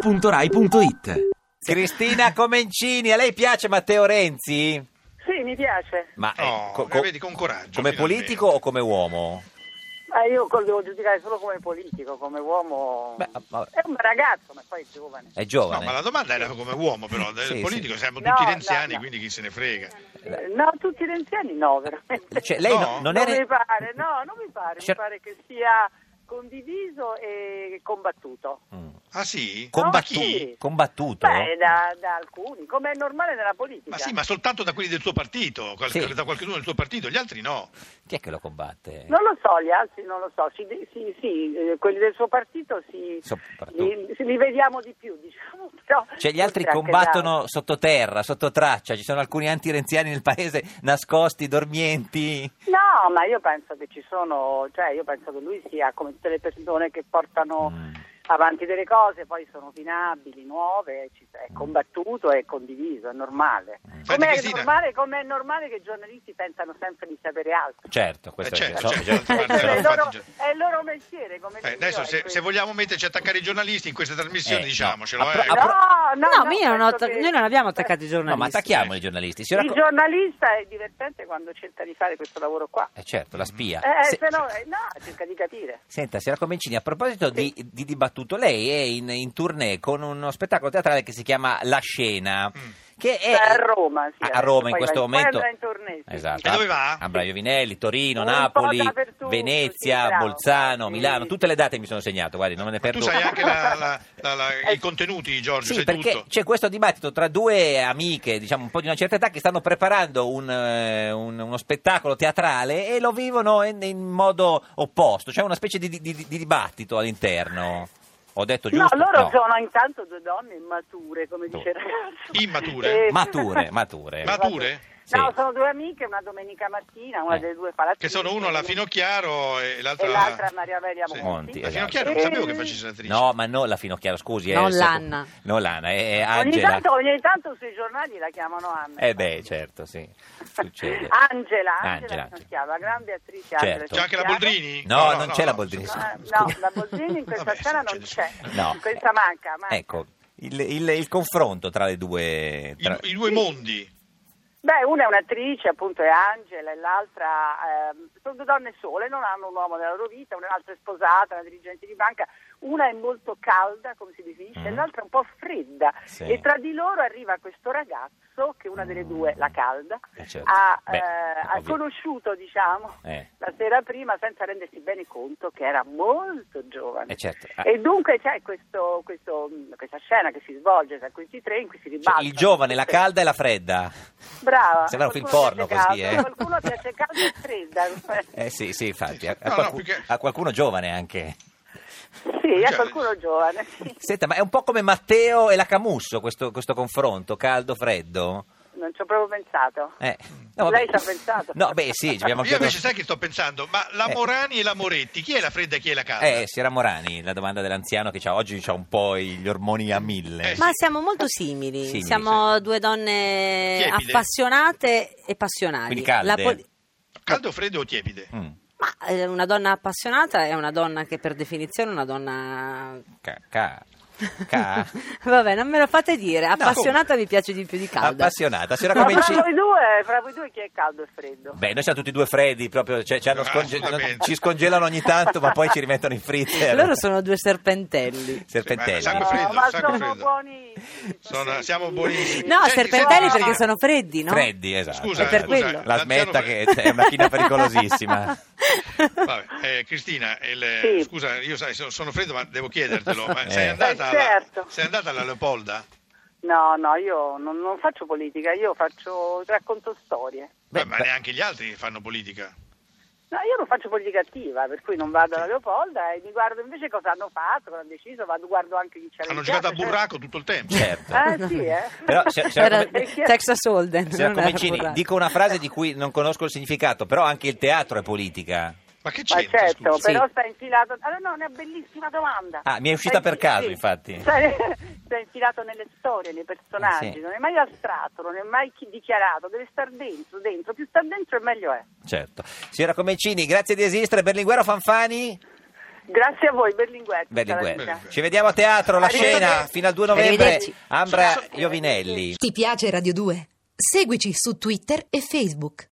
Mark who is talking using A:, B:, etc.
A: radio2pod.rai.it
B: Cristina Comencini, a lei piace Matteo Renzi?
C: Sì, mi piace.
B: Ma eh,
D: Oh,
B: co-
D: ne
B: co-
D: vedi con coraggio,
B: come
D: finalmente.
B: politico o come uomo?
C: Ma io col- devo giudicare solo come politico, come uomo.
B: Beh, ah, vabbè.
C: È un ragazzo, ma poi è giovane.
B: È
D: No, ma
B: giovane.
D: la domanda era come uomo, però. Del
B: eh. Sì,
D: politico siamo
C: No,
D: tutti
C: no,
D: renziani,
C: no.
D: quindi chi se ne frega.
C: Eh, No, tutti i renziani no, veramente.
B: Cioè, lei no-
D: No.
B: non
C: non
B: è
C: mi
B: re-
C: pare, no, non mi pare.
B: Cer-
C: Mi pare che sia condiviso e combattuto.
D: Ah sì?
B: Combattu-
D: Ma chi?
B: Mm. combattuto?
C: Beh, da, da alcuni, come è normale nella politica.
D: Ma sì, ma soltanto da quelli del suo partito, qual-
B: Sì.
D: da qualcuno del suo partito, gli altri no.
B: Chi è che lo combatte?
C: Non lo so, gli altri non lo so. Sì, sì, sì, eh, quelli del suo partito sì,
B: So- partito.
C: li, li vediamo di più, diciamo. Però
B: Cioè gli altri
C: forse anche
B: combattono sottoterra, sottotraccia, ci sono alcuni anti-renziani nel paese nascosti, dormienti.
C: No, ma io penso che ci sono, cioè io penso che lui sia come tutte le persone che portano
B: Mm.
C: avanti delle cose, poi sono opinabili, nuove, ci- è combattuto, è condiviso, è normale.
D: Senti,
C: Come è
D: Cristina.
C: normale, com'è normale che i giornalisti pensano sempre di sapere altro.
B: Certo, questo
D: Eh,
B: è
D: certo,
B: so-
D: certo.
B: so-
D: Eh,
C: Questo è, il
D: infatti,
C: loro,
D: già-
C: è il loro mestiere, come
D: Eh,
C: il
D: adesso,
C: mio, è
D: se, se
C: questo.
D: vogliamo metterci a attaccare i giornalisti in questa trasmissione,
B: Eh, no.
D: diciamocelo.
B: A
D: eh.
B: pro- a pro-
C: No, no,
E: No, ma io non ho
C: penso
E: attac-
C: che-
E: noi non abbiamo attaccato i
B: No, ma
E: giornalisti.
B: attacchiamo i giornalisti. Signora
C: Il
B: Co-
C: giornalista è divertente quando cerca di fare questo lavoro qua.
B: Eh, certo, la spia.
C: Eh,
B: Se-
C: se no, eh, no, cerca di capire.
B: Senta, signora Comencini, a proposito di, di dibattuto, lei è in, in tournée con uno spettacolo teatrale che si chiama La Scena, che è
C: Mm. Beh, a Roma, sì,
B: a- a
C: adesso
B: Roma in
C: poi
B: questo
C: va- poi
B: momento.
C: andrà in tournée, sì.
B: Esatto.
D: E dove va?
B: A Braio Vinelli, Torino,
C: Un po'
B: Napoli,
C: dappertutto,
B: Venezia,
C: sì, bravo.
B: Bolzano,
C: Sì.
B: Milano, tutte le date mi sono segnato, guardi, non me ne
D: Ma
B: perdo.
D: tu sai anche la- la- la- la- i contenuti, Giorgio,
B: Sì,
D: sai
B: perché
D: tutto.
B: c'è questo dibattito tra due amiche, diciamo un po' di una certa età, che stanno preparando un, eh, un- uno spettacolo teatrale e lo vivono in, in modo opposto, cioè una specie di, di- di- di dibattito all'interno. Ho detto giusto?
C: No, loro
B: No.
C: sono intanto due donne immature, come dice il ragazzo.
D: Immature?
C: Eh,
B: Mature, mature.
D: Mature?
C: No,
B: Sì.
C: sono due amiche, una domenica mattina, una
B: Eh.
C: delle due fa la
D: Che sono uno la Finocchiaro e l'altra...
C: e l'altra Maria Eh. Velia
D: Sì.
B: Monti,
D: La
B: esatto.
D: Finocchiaro non sapevo che facesse l'attrice.
B: No, ma non la Finocchiaro, scusi. eh,
E: Non
B: è stato-
E: l'Anna.
B: Non l'Anna, è, è
C: Ogni
B: Angela.
C: tanto, ogni tanto sui giornali la chiamano Anna.
B: Eh beh, certo, sì. Succede.
C: Angela,
B: Angela,
C: Angela,
B: Angela.
C: non chiama, grande attrice
B: Certo.
C: Angela
D: C'è anche la
C: Finocchiaro.
D: Boldrini?
B: No, non c'è la Boldrini.
C: Ah, No, la Boldrini in questa
D: Vabbè,
C: scena
D: non
C: non c'è.
D: nessuno.
B: No.
C: In Questa manca, manca.
B: Ecco, il, il- il confronto tra le due... tra-
D: I, I due mondi.
C: Beh, una è un'attrice, appunto è Angela, e l'altra ehm, sono due donne sole, non hanno un uomo nella loro vita, un'altra è sposata, una dirigente di banca, una è molto calda, come si definisce, e
B: Mm.
C: l'altra è un po' fredda.
B: Sì.
C: E tra di loro arriva questo ragazzo che una delle due, la calda,
B: Eh, certo.
C: ha,
B: Beh,
C: eh, ha
B: ovvio.
C: conosciuto, diciamo,
B: Eh.
C: la sera prima senza rendersi bene conto che era molto giovane.
B: Eh, certo. Ah.
C: E dunque c'è questo- questo, mh, questa scena che si svolge tra questi tre in cui si
B: Cioè,
C: ribalta.
B: il giovane, la calda e la fredda.
C: Brava.
B: Sembra un film porno
C: Qualcuno piace
B: così, eh.
C: caldo, Qualcuno piace caldo e fredda.
B: Eh sì, sì, infatti. A, a
D: No, no,
B: qualcu-
D: perché-
B: a qualcuno giovane anche.
C: Sì,
D: Cioè-
C: è qualcuno giovane. sì.
B: Senta, ma è un po' come Matteo e la Camusso questo, questo confronto, caldo-freddo?
C: Non ci ho proprio pensato.
B: Eh, no, vabbè.
C: Lei ci ha pensato?
B: No, beh, sì, ci abbiamo
D: Io
B: chiesto...
D: invece sai che sto pensando? Ma la
B: Eh.
D: Morani e la Moretti, chi è la fredda e chi è la calda?
B: Eh, Sierra Morani, la domanda dell'anziano che c'ha, oggi c'ha un po' gli ormoni a mille.
D: Eh,
E: Ma siamo molto simili,
B: Simili,
E: siamo due donne
D: Tiepide.
E: appassionate e passionali.
B: Quindi calde.
D: Caldo, freddo o tiepide?
B: Mm,
E: Ma eh, una donna appassionata è una donna che per definizione è una donna...
B: ca- ca- ca-
E: Vabbè, non me lo fate dire, appassionata mi piace di più di calda.
B: Appassionata. Signora
C: Ma fra
B: Comencini...
C: voi due, fra voi due chi è caldo e freddo?
B: Beh, noi siamo tutti e due freddi, proprio, cioè, ci, hanno sconge-
D: Assolutamente.
B: ci scongelano ogni tanto, ma poi ci rimettono in freezer.
E: Loro sono due serpentelli.
B: Serpentelli.
D: Sì, ma-
C: No,
D: sangue freddo,
C: Eh, ma
D: sangue
C: sono
D: freddo.
C: buoni.
D: Sono- siamo buonissimi.
E: No,
D: Senti,
E: serpentelli
D: senti,
E: perché
D: sì.
E: sono freddi, no?
B: Cioè, Freddi, esatto.
D: Scusa,
E: È per
D: scusa,
E: quello.
B: La
D: l'anziano
B: smetta che cioè,
D: freddo.
B: è una china pericolosissima.
D: Vabbè, eh, Cristina, il-
C: Sì.
D: scusa, io sai, so- sono freddo, ma devo chiedertelo. Ma
B: Eh.
D: sei, andata
C: Eh,
D: alla,
C: certo.
D: sei andata alla Leopolda?
C: No, no, io non, non faccio politica, io faccio racconto storie.
B: Beh,
D: Eh, ma
B: beh.
D: neanche gli altri fanno politica.
C: No, io non faccio politica attiva, per cui non vado alla Leopolda e mi guardo invece cosa hanno fatto, cosa hanno deciso, vado guardo anche chi c'era.
D: Hanno
C: in
D: giocato a
C: piazza, cioè-
D: burraco tutto il tempo.
B: Certo.
E: Ah,
C: Eh sì, eh.
B: Però, se- se-
E: Era
C: Perché-
E: Texas Holden.
B: Signora
E: non era
B: Comencini,
E: Burrati.
B: dico una frase di cui non conosco il significato, però anche il teatro è politica.
D: Ma che
C: Ma
D: c'entra?
C: certo,
D: scusa?
C: però
E: Sì.
C: sta infilato. Allora, no, è una bellissima domanda.
B: Ah, mi è uscita per caso, infatti.
C: Sta sta infilato nelle storie, nei personaggi,
B: Eh, sì.
C: non è mai al strato, non è mai chi- dichiarato, deve star dentro, dentro. Più sta dentro, e meglio è.
B: Certo. Signora Comencini, grazie di esistere. Berlinguero Fanfani?
C: Grazie a voi, Berlinguer. tutta la
B: Berlinguer.
C: vita.
D: Berlinguer.
B: Ci vediamo a teatro, la
C: Arrivederci.
B: scena fino al 2 novembre.
E: Arrivederci.
B: Ambra
D: Sono-
B: Iovinelli.
A: Ti piace Radio 2? Seguici su Twitter e Facebook.